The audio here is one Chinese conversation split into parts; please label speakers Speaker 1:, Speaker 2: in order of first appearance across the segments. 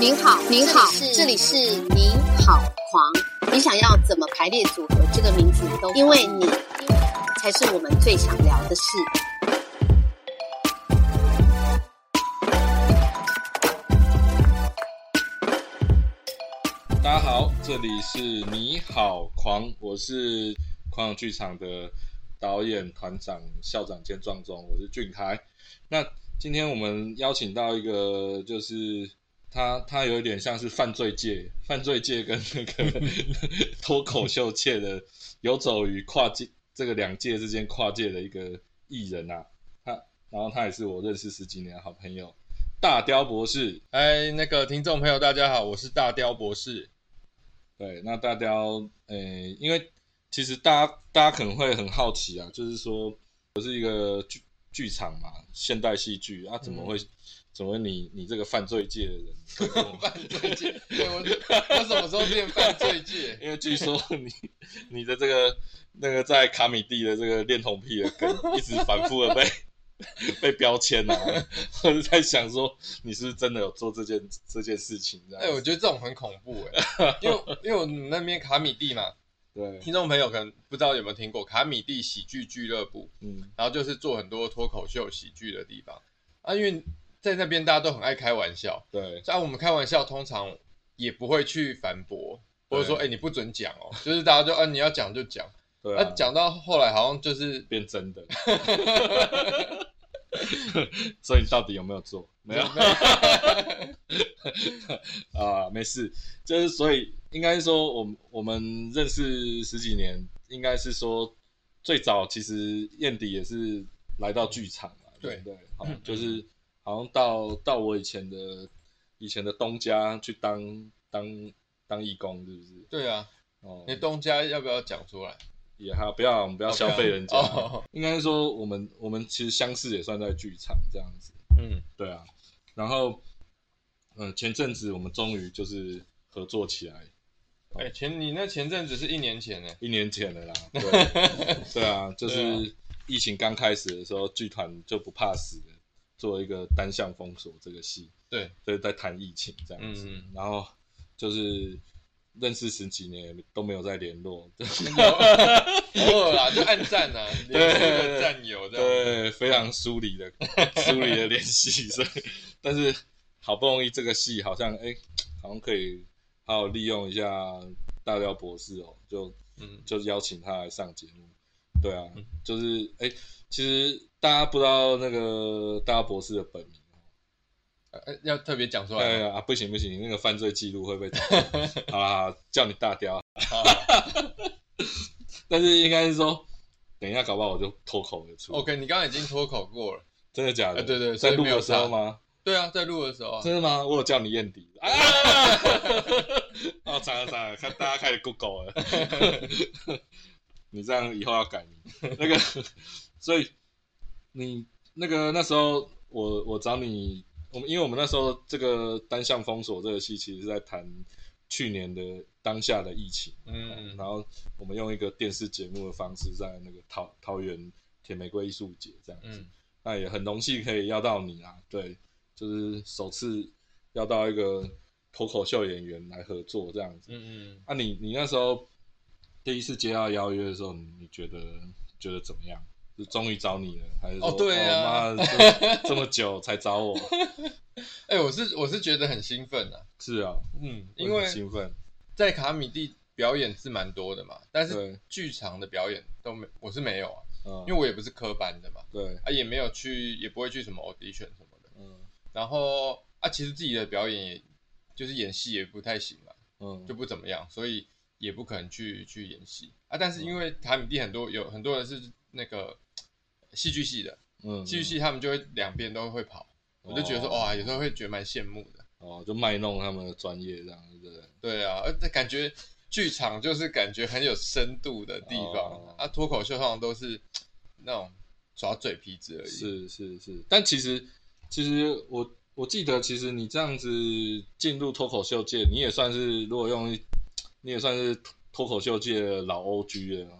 Speaker 1: 您好，您好，这
Speaker 2: 这
Speaker 1: 里
Speaker 2: 里
Speaker 1: 是您好狂。你想要怎么排列组合这个名字都，因为你才是我们最想聊的事。
Speaker 3: 大家好，这里是你好狂，我是狂想剧场的导演、团长、校长兼壮中，我是俊凯。那今天我们邀请到一个，就是他，他有一点像是犯罪界、犯罪界跟那个脱口秀界的游走于跨界这个两界之间跨界的一个艺人啊。他，然后他也是我认识十几年的好朋友，大雕博士。
Speaker 4: 哎，那个听众朋友，大家好，我是大雕博士。
Speaker 3: 对，那大家要，呃，因为其实大家大家可能会很好奇啊，就是说，我是一个剧剧场嘛，现代戏剧啊，怎
Speaker 4: 嗯
Speaker 3: 么会，怎么会你你这个犯罪界 的人会跟我，
Speaker 4: 犯罪界， 对我我什么时候变犯罪界？
Speaker 3: 因为据说你你的这个那个在卡米蒂的这个恋童癖的梗，一直反复的被 被标签啊，我就在想说，你是不是真的有做这件这件事情这样
Speaker 4: 哎，我
Speaker 3: 子？
Speaker 4: 觉得这种很恐怖哎，因为因为我们那边卡米蒂嘛，
Speaker 3: 对，
Speaker 4: 听众朋友可能不知道有没有听过卡米蒂喜剧俱乐部，
Speaker 3: 嗯，
Speaker 4: 然后就是做很多脱口秀喜剧的地方啊，因为在那边大家都很爱开玩笑，啊
Speaker 3: 对，
Speaker 4: 像我们开玩笑通常也不会去反驳，或者说
Speaker 3: 对
Speaker 4: 哎你不准讲哦，就是大家就啊你要讲就讲，
Speaker 3: 对
Speaker 4: 啊
Speaker 3: 啊，
Speaker 4: 讲到后来好像就是
Speaker 3: 变真的。 所以到底有没有做？没有 啊，没事，就是所以应该说我们我们认识十几年，应该是说最早其实燕迪也是来到剧场嘛，
Speaker 4: 对
Speaker 3: 不对，好，就是好像到到我以前的以前的东家去当当当义工，是不是？
Speaker 4: 对啊，
Speaker 3: 哦，
Speaker 4: 你东家要不要讲出来？
Speaker 3: 也还好不要我们不要
Speaker 4: 哦
Speaker 3: 消费人家，
Speaker 4: 哦
Speaker 3: 应该说我们我们其实相识也算在剧场这样子，
Speaker 4: 嗯，
Speaker 3: 对啊，然后嗯、呃前阵子我们终于就是合作起来，
Speaker 4: 哎、前你那前阵子是一年前 呢，
Speaker 3: 一年前了啦， 对对啊，就
Speaker 4: 对
Speaker 3: 是疫情刚开始的时候，剧团就不怕死的做一个单向封锁这个戏，
Speaker 4: 对，
Speaker 3: 就是在谈疫情这样子，
Speaker 4: 嗯
Speaker 3: 然后就是认识十几年都没有再联络，
Speaker 4: 偶尔啦，就按赞呐、啊，联系个战友这样。
Speaker 3: 对，非常疏离的疏离的联系，所以但是好不容易这个戏好像哎、好像可以好好利用一下大雕博士哦，就
Speaker 4: 嗯，
Speaker 3: 就邀请他来上节目。对啊，就是哎、其实大家不知道那个大雕博士的本名哦，
Speaker 4: 呃要特别讲出
Speaker 3: 哎
Speaker 4: 来。
Speaker 3: 呀、啊，不行不行，那个犯罪记录会被找到 好啦，好啦叫你大雕。
Speaker 4: 好
Speaker 3: 啊但是应该是说，等一下搞不好我就脱口而出。
Speaker 4: OK，你刚刚已经脱口过了。
Speaker 3: 真的假的？
Speaker 4: 哎对对所
Speaker 3: 在
Speaker 4: 以
Speaker 3: 录
Speaker 4: 没有
Speaker 3: 的时候
Speaker 4: 差
Speaker 3: 吗？
Speaker 4: 对啊，在录的时候啊，
Speaker 3: 真的吗？我有叫你验 底啊！哦，惨了惨了，看大家开始 Google 了。 你这样以后要改名。那个，所以你那个那时候我我找你，我们因为我们那时候这个单向封锁这个戏，其实是在谈去年的当下的疫情。
Speaker 4: 嗯，
Speaker 3: 然后我们用一个电视节目的方式，在那个桃桃园铁玫瑰艺术节这样子。
Speaker 4: 嗯
Speaker 3: 那也很荣幸可以邀到你啊，对，就是首次邀到一个脱口秀演员来合作这样子。
Speaker 4: 嗯嗯，
Speaker 3: 啊你，你那时候第一次接到邀约的时候，你你觉得觉得怎么样？是终于找你了，还是说
Speaker 4: 哦对啊
Speaker 3: 哦妈的这这么久才找我？
Speaker 4: 哎、我是我是觉得很兴奋啊，
Speaker 3: 是啊，
Speaker 4: 嗯，
Speaker 3: 我
Speaker 4: 因为
Speaker 3: 很兴奋，
Speaker 4: 在卡米蒂表演是蛮多的嘛，但
Speaker 3: 对
Speaker 4: 是剧场的表演都没，我是没有啊，
Speaker 3: 嗯，
Speaker 4: 因为我也不是科班的嘛，
Speaker 3: 对，
Speaker 4: 啊也没有去，也不会去什么 audition 什么的，
Speaker 3: 嗯
Speaker 4: 然后啊其实自己的表演也就是演戏也不太行嘛，
Speaker 3: 嗯，
Speaker 4: 就不怎么样，所以也不可能去去演戏啊。但是因
Speaker 3: 嗯
Speaker 4: 为卡米蒂很多有很多人是那个呃戏剧系的，
Speaker 3: 嗯
Speaker 4: 戏剧系他们就会两边都会跑，我就觉得说
Speaker 3: 哦
Speaker 4: 哇，有时候会觉得蛮羡慕的。
Speaker 3: 哦，就卖弄他们的专业这样，对不对？
Speaker 4: 对啊，而且感觉剧场就是感觉很有深度的地
Speaker 3: 哦
Speaker 4: 方啊，脱口秀通常都是那种耍嘴皮子而已。
Speaker 3: 是是是，但其实其实我我记得，其实你这样子进入脱口秀界，你也算是如果用一，你也算是脱脱口秀界的老 OG 了哦。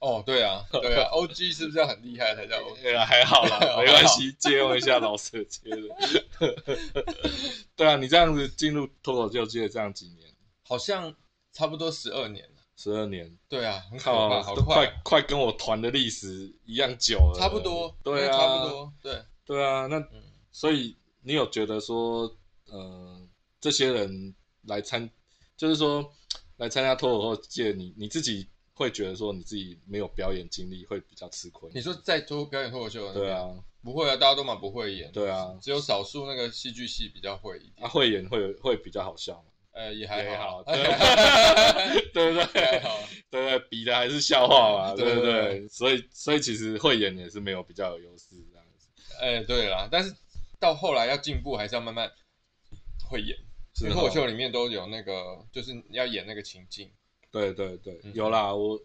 Speaker 4: 哦，对啊，对 啊，OG 是不是要很厉害才叫 OG？
Speaker 3: 哎呀，还好 啦，没关系，借用一下老舍接的。 对啊，你这样子进入脱口秀界这样几年，
Speaker 4: 好像差不多十二年了。
Speaker 3: 十二年，
Speaker 4: 对啊，很可
Speaker 3: 靠
Speaker 4: 怕，
Speaker 3: 啊，
Speaker 4: 好
Speaker 3: 都
Speaker 4: 快
Speaker 3: 快
Speaker 4: 啊，
Speaker 3: 快跟我团的历史一样久了，
Speaker 4: 差不多，
Speaker 3: 对啊，
Speaker 4: 差不，多，对，
Speaker 3: 对啊。那
Speaker 4: 嗯，
Speaker 3: 所以你有觉得说，呃，这些人来参，就是说来参加脱口秀界，你你自己会觉得说你自己没有表演经历会比较吃亏？
Speaker 4: 你说在脱表演脱口秀的那
Speaker 3: 对
Speaker 4: 边，
Speaker 3: 啊，
Speaker 4: 不会啊，大家都蛮不会演，
Speaker 3: 对啊，
Speaker 4: 只有少数那个戏剧系比较会一
Speaker 3: 啊，
Speaker 4: 点，
Speaker 3: 会演会有会比较好笑吗？
Speaker 4: 呃，也还好，
Speaker 3: 对啊 对不
Speaker 4: 还
Speaker 3: 对？
Speaker 4: 好，
Speaker 3: 对对，比的还是笑话嘛，
Speaker 4: 对
Speaker 3: 对不
Speaker 4: 对
Speaker 3: 对？所以所以其实会演也是没有比较有优势这样子，
Speaker 4: 哎，对啦，但是到后来要进步，还是要慢慢会演。
Speaker 3: 是
Speaker 4: 脱口
Speaker 3: 哦
Speaker 4: 秀里面都有那个，就是你要演那个情境。
Speaker 3: 对对对
Speaker 4: 嗯，
Speaker 3: 有啦，我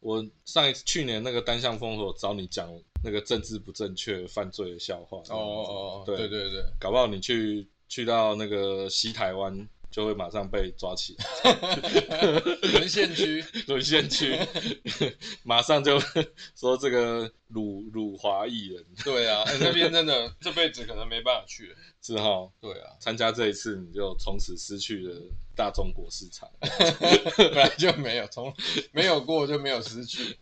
Speaker 3: 我上一次去年那个单向封锁找你讲那个政治不正确犯罪的笑话，
Speaker 4: 哦哦哦，
Speaker 3: 对
Speaker 4: 对对对，
Speaker 3: 搞不好你去去到那个西台湾就会马上被抓起来，
Speaker 4: 沦陷区，
Speaker 3: 沦陷区， 马上就说这个辱辱华艺人
Speaker 4: 对啊，哎那边真的这辈子可能没办法去了。
Speaker 3: 志浩。
Speaker 4: 对啊，
Speaker 3: 参加这一次，你就从此失去了大中国市场。
Speaker 4: 本来就没有，从没有过就没有失去。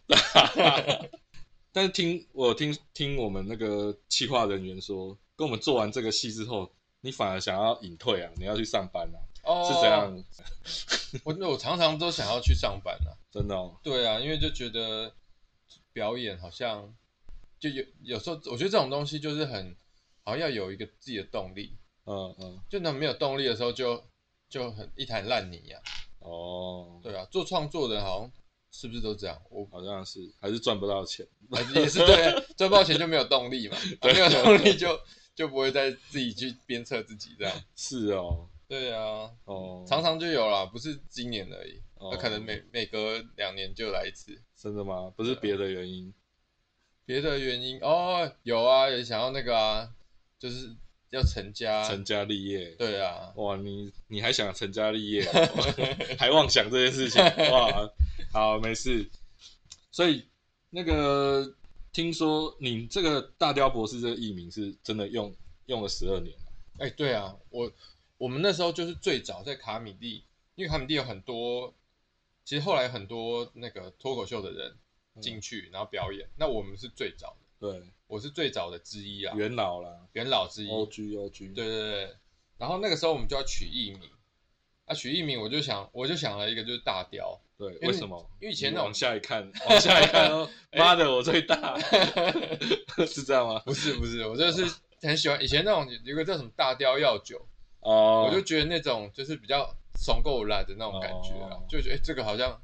Speaker 3: 但是听我听听我们那个企划人员说，跟我们做完这个戏之后，你反而想要隐退啊，你要去上班啊，
Speaker 4: 哦，
Speaker 3: 是这。样？
Speaker 4: 我我常常都想要去上班啊。
Speaker 3: 真的哦，
Speaker 4: 对啊，因为就觉得表演好像就有有时候，我觉得这种东西就是很好像要有一个自己的动力，
Speaker 3: 嗯嗯，
Speaker 4: 就那没有动力的时候就就很一滩烂泥呀、
Speaker 3: 哦，
Speaker 4: 对啊，做创作的人好像是不是都这样？我
Speaker 3: 好像是哦还是赚不到钱。
Speaker 4: 还是也是对，赚不到钱就没有动力嘛，啊没有动力就就不会再自己去鞭策自己这样。
Speaker 3: 是哦，
Speaker 4: 对啊，
Speaker 3: 哦，
Speaker 4: 常常就有啦，不是今年而已，
Speaker 3: 哦
Speaker 4: 那、可能每每隔两年就来一次。
Speaker 3: 真的吗？不是别的原因
Speaker 4: 别的原因哦，有啊，也想要那个啊，就是要成家，
Speaker 3: 成家立业。
Speaker 4: 对啊，
Speaker 3: 哇，你你还想成家立业啊、还妄想这件事情？哇，好，没事。所以那个听说你这个大雕博士这个艺名是真的用用了十二年了
Speaker 4: 哎、对啊，我我们那时候就是最早在卡米蒂，因为卡米蒂有很多，其实后来有很多那个脱口秀的人进去、然后表演，那我们是最早的，
Speaker 3: 对，
Speaker 4: 我是最早的之一啊，元
Speaker 3: 元老啦
Speaker 4: 老之一，
Speaker 3: ，O G O G，
Speaker 4: 哦对对对，然后那个时候我们就要取艺名，啊，取艺名我就想我就想了一个就是大雕，
Speaker 3: 对，
Speaker 4: 为
Speaker 3: 为什么？
Speaker 4: 因为以前
Speaker 3: 你
Speaker 4: 那种
Speaker 3: 往下一看，往下一看 哦，妈的，我最大， 是这样吗？
Speaker 4: 不是不是，我就是很喜欢以前那种有个叫什么大雕药酒，
Speaker 3: 哦，
Speaker 4: 我就觉得那种就是比较怂够懒的那种感觉啊，
Speaker 3: 哦
Speaker 4: 就觉得哎、这个好像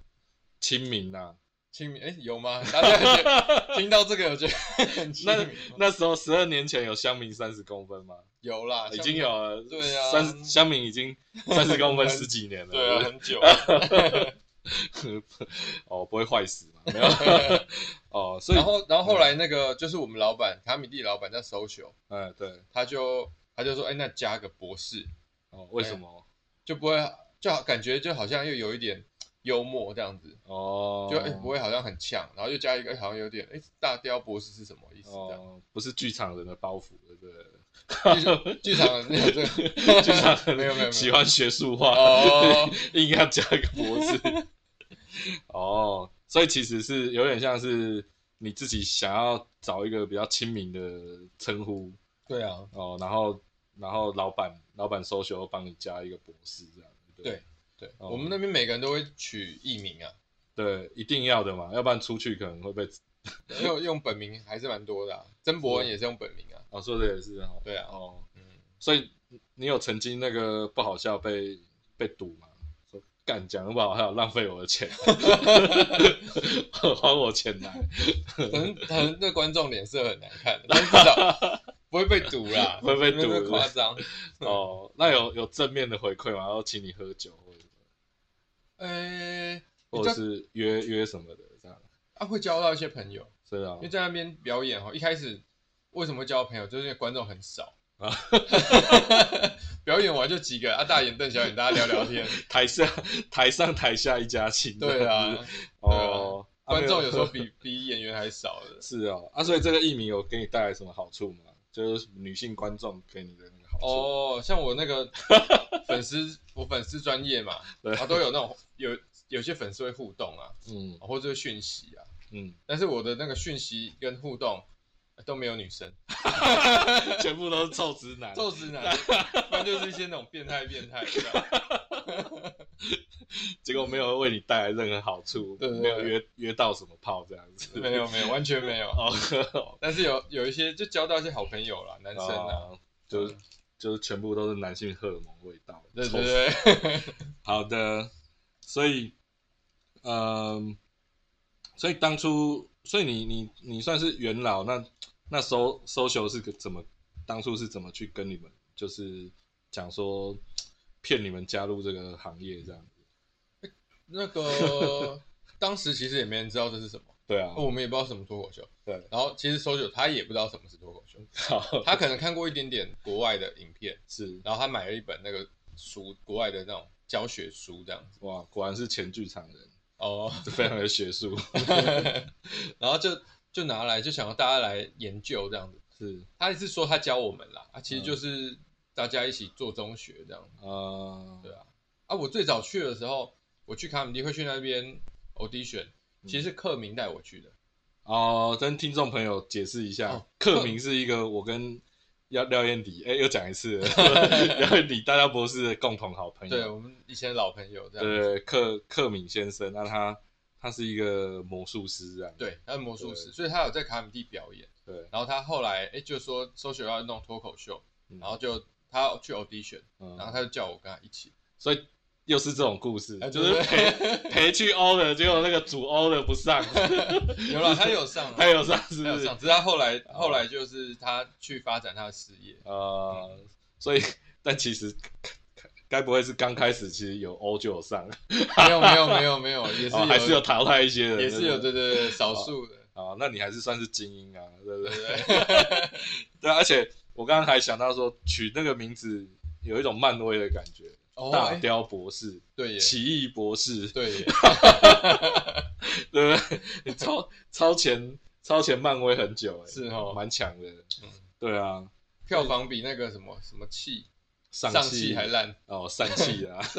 Speaker 3: 亲民啊呐、
Speaker 4: 亲民，哎、有 吗？大家有觉得听到这个，我觉得很亲
Speaker 3: 那
Speaker 4: 民吗
Speaker 3: 那时候十二年前有乡民三十公分吗？
Speaker 4: 有啦，
Speaker 3: 已
Speaker 4: 像
Speaker 3: 经有了，
Speaker 4: 对啊
Speaker 3: 三香米 已经三十公分十几年了，
Speaker 4: 对啊，很久
Speaker 3: 哦，不会坏死嘛？没有，哦，所以
Speaker 4: 然，后然后后来那个就是我们老板卡米蒂老板叫 social，
Speaker 3: 哎，对，
Speaker 4: 他就他就说哎、那加个博士
Speaker 3: 哦，为什么？
Speaker 4: 就不会就好感觉就好像又有一点幽默这样子。
Speaker 3: 哦，
Speaker 4: 就哎、不会好像很呛，然后又加一个、哎好像有点哎、大雕博士是什么意思这样？
Speaker 3: 哦，不是剧场人的包袱，对不对？
Speaker 4: 剧场剧场没有这 个，
Speaker 3: 剧场人
Speaker 4: 没有没有没有
Speaker 3: 喜欢学术化，
Speaker 4: 哦，
Speaker 3: 硬要加一个博士。哦，所以其实是有点像是你自己想要找一个比较亲民的称呼，
Speaker 4: 对啊，
Speaker 3: 哦，然后然后老板老板收球帮你加一个博士这样，
Speaker 4: 对对，
Speaker 3: 哦
Speaker 4: 我们那边每个人都会取艺名 啊，
Speaker 3: 对，一定要的嘛，要不然出去可能会被
Speaker 4: 因为用本名还是蛮多的、啊，曾博文也是用本名啊，
Speaker 3: 哦，说的也是哦，
Speaker 4: 对啊
Speaker 3: 哦，
Speaker 4: 嗯，
Speaker 3: 所以你有曾经那个不好笑被被堵吗？说干讲得不好笑，浪费我的钱， 还我钱来，
Speaker 4: 可能可能那观众脸色很难看，但是至 少不会被堵啦，
Speaker 3: 不会被堵
Speaker 4: 没那么夸张。
Speaker 3: 哦，那有有正面的回馈吗？然后请你喝酒或者什么
Speaker 4: 呃、
Speaker 3: 或者是约约什么的这样，
Speaker 4: 啊，会交到一些朋友，
Speaker 3: 是啊
Speaker 4: 因为，在那边表演哦哈，一开始为什么会交朋友，就是因为观众很少
Speaker 3: 啊
Speaker 4: 啊，表演完就几个啊，大眼瞪小 眼，大家聊聊天，
Speaker 3: 台上台上台下一家亲，
Speaker 4: 对
Speaker 3: 这样
Speaker 4: 啊
Speaker 3: 子。，哦，啊
Speaker 4: 观
Speaker 3: 没有
Speaker 4: 众有时候 比比演员还少的。
Speaker 3: 是哦，啊，所以这个艺名有给你带来什么好处吗？就是女性观众给你的那个好处。
Speaker 4: 哦，像我那 个粉丝，我粉丝专业嘛，
Speaker 3: 对
Speaker 4: 然后都有那种有有些粉丝会互动啊，
Speaker 3: 嗯
Speaker 4: 或者会讯息啊，
Speaker 3: 嗯，
Speaker 4: 但是我的那个讯息跟互动呃都没有女生，
Speaker 3: 全部都是 臭直男。
Speaker 4: 都是男， 不然就是一些那种变态变态，你知道吗
Speaker 3: 结果没有为你带来任何好处，
Speaker 4: 对对
Speaker 3: 没有
Speaker 4: 对
Speaker 3: 约约到什么炮这样子，
Speaker 4: 没有没有完全没有，
Speaker 3: 哦，
Speaker 4: 但是有有一些就交到一些好朋友啦，男生啊，
Speaker 3: 哦就是就是全部都是男性荷尔蒙味道，
Speaker 4: 对
Speaker 3: 臭
Speaker 4: 对
Speaker 3: 死
Speaker 4: 对，
Speaker 3: 好的，所以，嗯，所以当初，所以你你你算是元老，那那搜搜求是个怎么，当初是怎么去跟你们就是讲说骗你们加入这个行业这样？
Speaker 4: 那个当时其实也没人知道这是什么，
Speaker 3: 对啊，
Speaker 4: 我们也不知道什么脱口秀。
Speaker 3: 对，
Speaker 4: 然后其实搜九他也不知道什么是脱口秀，
Speaker 3: 好
Speaker 4: 他可能看过一点点国外的影片，
Speaker 3: 是
Speaker 4: 然后他买了一本那个书，国外的那种教学书这样子。
Speaker 3: 哇，果然是前剧场人，
Speaker 4: 哦，
Speaker 3: 非常有学术，
Speaker 4: 然后就就拿来就想要大家来研究这样子。
Speaker 3: 是
Speaker 4: 他是说他教我们啦，啊，其实
Speaker 3: 嗯
Speaker 4: 就是大家一起做中学这样子。
Speaker 3: 呃，
Speaker 4: 对啊，啊，我最早去的时候，我去卡米蒂会去那边 audition，
Speaker 3: 嗯
Speaker 4: 其实是克明带我去的。
Speaker 3: 哦，跟听众朋友解释一下
Speaker 4: 哦，
Speaker 3: 克明是一个我跟廖廖彦迪，哎，又讲一次了， 廖彦迪大家博士的共同好朋
Speaker 4: 对
Speaker 3: 友。
Speaker 4: 我们以前的老朋友这样子。
Speaker 3: 对，克克敏先生，那他他是一个魔术师这样。
Speaker 4: 对，他是魔术师，
Speaker 3: 对
Speaker 4: 所以他有在卡米蒂表演。
Speaker 3: 对，
Speaker 4: 然后他后来哎就说搜学要弄脱口秀，
Speaker 3: 嗯
Speaker 4: 然后就他去 audition，
Speaker 3: 嗯
Speaker 4: 然后他就叫我跟他一起。
Speaker 3: 所以又是这种故事
Speaker 4: 哎，
Speaker 3: 就
Speaker 4: 对
Speaker 3: 是陪陪去欧的，结果那个主欧的不 上，
Speaker 4: 有 了，他有上啊，
Speaker 3: 他有上是
Speaker 4: 他
Speaker 3: 哦不
Speaker 4: 有
Speaker 3: 是
Speaker 4: 上，？只是他后来后来就是他去发展他的事 业。
Speaker 3: 呃，所以但其实该不会是刚开始其实有欧就有上，
Speaker 4: 没有没有没有没有，也是
Speaker 3: 哦还是有淘汰一些人，
Speaker 4: 也是有
Speaker 3: 对
Speaker 4: 对对对少数的，
Speaker 3: 啊，那你还是算是精英啊，对不
Speaker 4: 对
Speaker 3: 对？
Speaker 4: 对对，
Speaker 3: 对，啊而且我刚刚还想到说，取那个名字有一种漫威的感觉，
Speaker 4: 哦
Speaker 3: 大
Speaker 4: 哎
Speaker 3: 雕博士、
Speaker 4: 对耶
Speaker 3: 奇异博士，
Speaker 4: 对 耶，
Speaker 3: 对不对？ 你超超前超前漫威很久哎、
Speaker 4: 是哦
Speaker 3: 蛮强的。
Speaker 4: 嗯
Speaker 3: 对啊，
Speaker 4: 票房比那个什么什么气
Speaker 3: 上
Speaker 4: 上
Speaker 3: 气
Speaker 4: 气还烂。
Speaker 3: 哦，上气啊。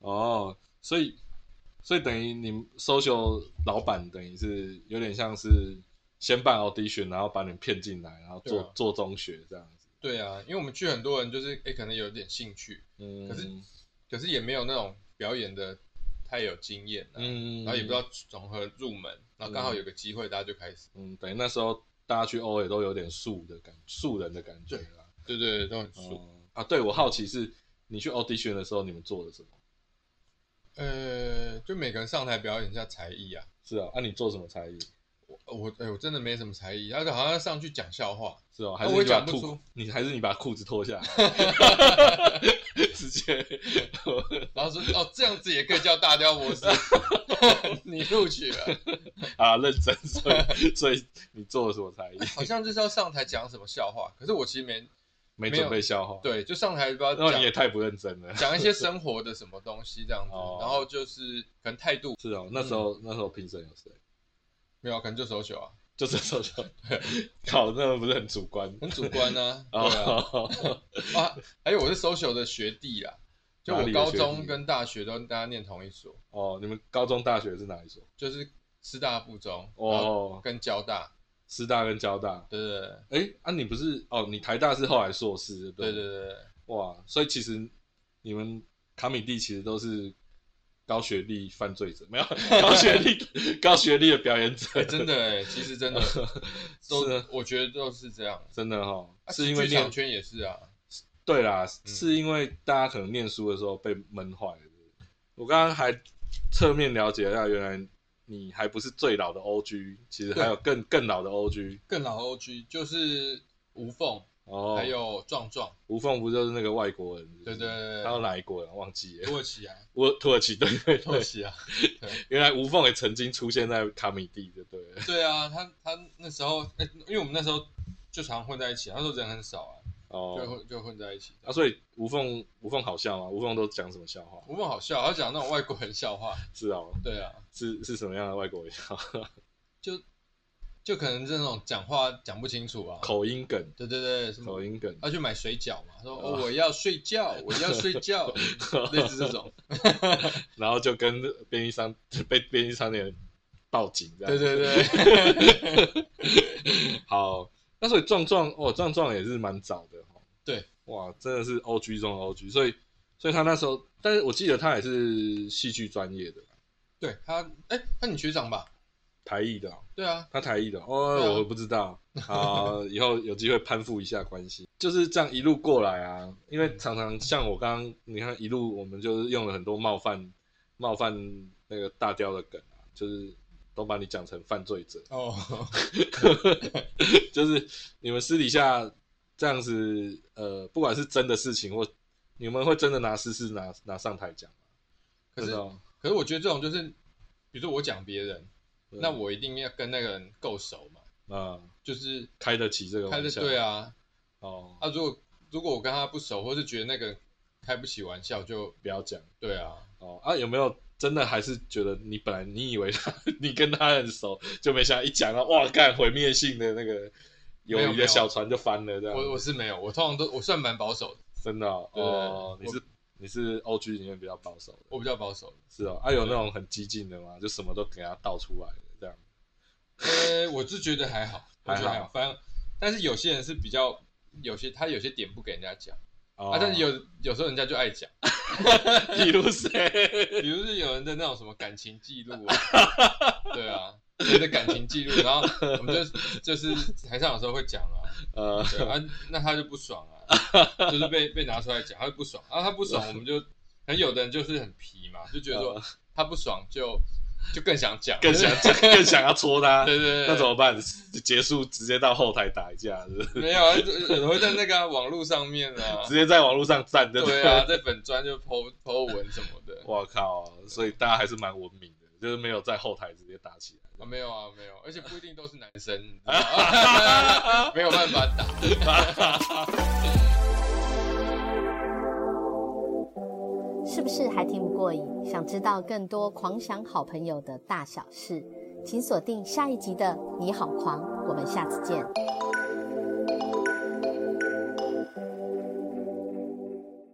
Speaker 3: 哦，所以所以等于你们 social 老板等于是有点像是先办 audition，然后把你们骗进来，然后
Speaker 4: 对
Speaker 3: 做、
Speaker 4: 啊
Speaker 3: 做中学这样子。
Speaker 4: 对啊，因为我们去很多人就是哎可能有点兴趣，
Speaker 3: 嗯，
Speaker 4: 可是可是也没有那种表演的太有经验啊，
Speaker 3: 嗯，
Speaker 4: 然后也不知道从何入门，然后刚好有个机会，大家就开始，
Speaker 3: 嗯，等于那时候大家去欧也都有点素的感，素人的感觉啦。
Speaker 4: 对对对，都很熟。
Speaker 3: 嗯、啊，对我好奇是，你去 audition 的时候，你们做了什么？
Speaker 4: 呃，就每个人上台表演一下才艺啊。
Speaker 3: 是啊，啊，你做什么才艺？
Speaker 4: 我我哎、我真的没什么才艺，他好像上去讲笑话，
Speaker 3: 是哦，还是
Speaker 4: 我也
Speaker 3: 你把
Speaker 4: 讲不
Speaker 3: 裤
Speaker 4: 出，
Speaker 3: 你还是你把裤子脱 下来，直接，
Speaker 4: 然后说哦这样子也可以叫大雕博士， 你录取了，
Speaker 3: 啊，认真，所以所以你做了什么才艺？
Speaker 4: 好像就是要上台讲什么笑话，可是我其实没
Speaker 3: 没
Speaker 4: 没有
Speaker 3: 准备笑话，，
Speaker 4: 对，就上台不知道
Speaker 3: 然后
Speaker 4: 讲
Speaker 3: 哦你也太不认真了。
Speaker 4: 讲一些生活的什么东西这样子，
Speaker 3: 哦
Speaker 4: 然后就是可能态度
Speaker 3: 是哦，那时候、那时候评审有谁？
Speaker 4: 没有啊，可能就手球啊，
Speaker 3: 就是说说， 靠，那不是很主 观？
Speaker 4: 很主观啊，对啊，
Speaker 3: 哦，
Speaker 4: 啊，还有我是 social 的学弟啦，就
Speaker 3: 哪
Speaker 4: 我
Speaker 3: 里的
Speaker 4: 高
Speaker 3: 学
Speaker 4: 中
Speaker 3: 弟
Speaker 4: 跟大学都跟大家念同一所，
Speaker 3: 哦，你们高中大学是哪一所？
Speaker 4: 就是师大附中，然后
Speaker 3: 哦，
Speaker 4: 跟交大，
Speaker 3: 师大跟交大。
Speaker 4: 对对对
Speaker 3: 哎，啊，你不是哦？你台大是后来硕士，不
Speaker 4: 对对对对，
Speaker 3: 哇，所以其实你们卡米蒂其实都是高学历犯罪 者，没有高学历高学历的表演者，
Speaker 4: 哎真的哎，其实 真的 都
Speaker 3: 是啊，
Speaker 4: 我觉得都是这样，
Speaker 3: 真的哈，
Speaker 4: 啊
Speaker 3: 是因为
Speaker 4: 剧场
Speaker 3: 念
Speaker 4: 圈也是啊，
Speaker 3: 对啦，
Speaker 4: 嗯
Speaker 3: 是因为大家可能念书的时候被闷坏了。我刚刚还侧面了解到，原来你还不是最老的 OG，其实
Speaker 4: 对
Speaker 3: 还有更更老的 OG
Speaker 4: 更老 OG 就是无缝，
Speaker 3: 哦，
Speaker 4: 还有壮壮，
Speaker 3: 无缝不就是那个外国人？
Speaker 4: 对对对对
Speaker 3: 还有哪一国人忘记了？
Speaker 4: 土耳其啊，
Speaker 3: 我土耳其对对
Speaker 4: 土耳
Speaker 3: 对，
Speaker 4: 其啊。
Speaker 3: 原来无缝也曾经出现在卡米蒂，对对了？
Speaker 4: 对啊，他他那时候，哎因为我们那时候就常混在一起，那时候人很少啊，就
Speaker 3: 哦，
Speaker 4: 混就混在一起。
Speaker 3: 啊，所以无缝无缝好笑吗？无缝都讲什么笑话？
Speaker 4: 我们好笑，他讲那种外国人笑话，
Speaker 3: 是啊，
Speaker 4: 对啊，
Speaker 3: 是是什么样的外国人笑话？
Speaker 4: 就可能这种讲话讲不清楚啊，
Speaker 3: 口音梗，
Speaker 4: 对对对，什么
Speaker 3: 口音梗，
Speaker 4: 要去买水饺嘛，说
Speaker 3: 哦
Speaker 4: 哦我要睡觉，我要睡 觉，类似这种，
Speaker 3: 然后就跟便利商 被便利商店报警这样。
Speaker 4: 对对对，
Speaker 3: 好，那所以壮壮哦，壮壮也是蛮早的哦。
Speaker 4: 对，
Speaker 3: 哇，真的是 O G 中的 O G，所以所以他那时候，但是我记得他也是戏剧专业的，
Speaker 4: 对他，哎，那你学长吧？
Speaker 3: 台艺的哦、
Speaker 4: 对啊，
Speaker 3: 他台艺的哦，
Speaker 4: 对啊
Speaker 3: 我不知道。好， 以后有机会攀附一下关系，就是这样一路过来啊。因为常常像我刚刚，你看一路我们就是用了很多冒犯冒犯那个大雕的梗啊，就是都把你讲成犯罪者。
Speaker 4: 哦，
Speaker 3: 就是你们私底下这样子，呃，不管是真的事情或你们会真的拿私事拿拿上台讲吗？
Speaker 4: 可是
Speaker 3: 真的哦
Speaker 4: 可是我觉得这种就是，比如说我讲别人，
Speaker 3: 对
Speaker 4: 那我一定要跟那个人够熟嘛，
Speaker 3: 啊、
Speaker 4: 就是
Speaker 3: 开得起这个
Speaker 4: 开
Speaker 3: 玩
Speaker 4: 的
Speaker 3: 笑，
Speaker 4: 对，啊，
Speaker 3: 哦，
Speaker 4: 啊如果如果我跟他不熟，或是觉得那个人开不起玩笑，就
Speaker 3: 不要讲
Speaker 4: 对啊，
Speaker 3: 哦啊，有没有真的还是觉得你本来你以为他 你跟他很熟，就没想到一讲到哇，干毁灭性的那个友
Speaker 4: 没有
Speaker 3: 谊
Speaker 4: 没
Speaker 3: 的
Speaker 4: 有
Speaker 3: 小船就翻了这样，
Speaker 4: 我我是没有，我通常都我算蛮保守的，
Speaker 3: 真的哦，
Speaker 4: 对
Speaker 3: 哦
Speaker 4: 我
Speaker 3: 你是你是 O G 里面比较保守的，
Speaker 4: 我比较保守的。
Speaker 3: 是哦，啊有那种很激进的吗？就什么都给他倒出来的这样。
Speaker 4: 呃，我是觉得还好，我觉得还
Speaker 3: 还
Speaker 4: 好，反正但是有些人是比较有些他有些点不给人家讲、
Speaker 3: 哦
Speaker 4: 啊，但 是有有时候人家就爱讲，
Speaker 3: 比 如谁？
Speaker 4: 比如是有人的那种什么感情记录 啊，对啊，人的感情记录，然后我们就就是台上有时候会讲啊，
Speaker 3: 呃，
Speaker 4: 对啊，那他就不爽啊，就是被被拿出来讲，他就不爽，啊，他不爽，我们就，可能有的人就是很皮嘛，就觉得说他不爽就就更想讲，
Speaker 3: 嗯更想 更想要戳他，
Speaker 4: 对对对，
Speaker 3: 那怎么办？ 结束直接到后台打一架，是不是
Speaker 4: 没有啊，有人会在那个啊、网络上面啊，
Speaker 3: 直接在网络上站着。
Speaker 4: 对啊，，在粉砖就 po po 文什么的
Speaker 3: 我靠！所以大家还是蛮文明的，就是没有在后台直接打起
Speaker 4: 啊，
Speaker 3: 来。
Speaker 4: 没有啊，没有，而且不一定都是男生，你知道吗没有办法打。
Speaker 1: 是不是还听不过瘾？想知道更多狂想好朋友的大小事，请锁定下一集的《你好狂》，我们下次见。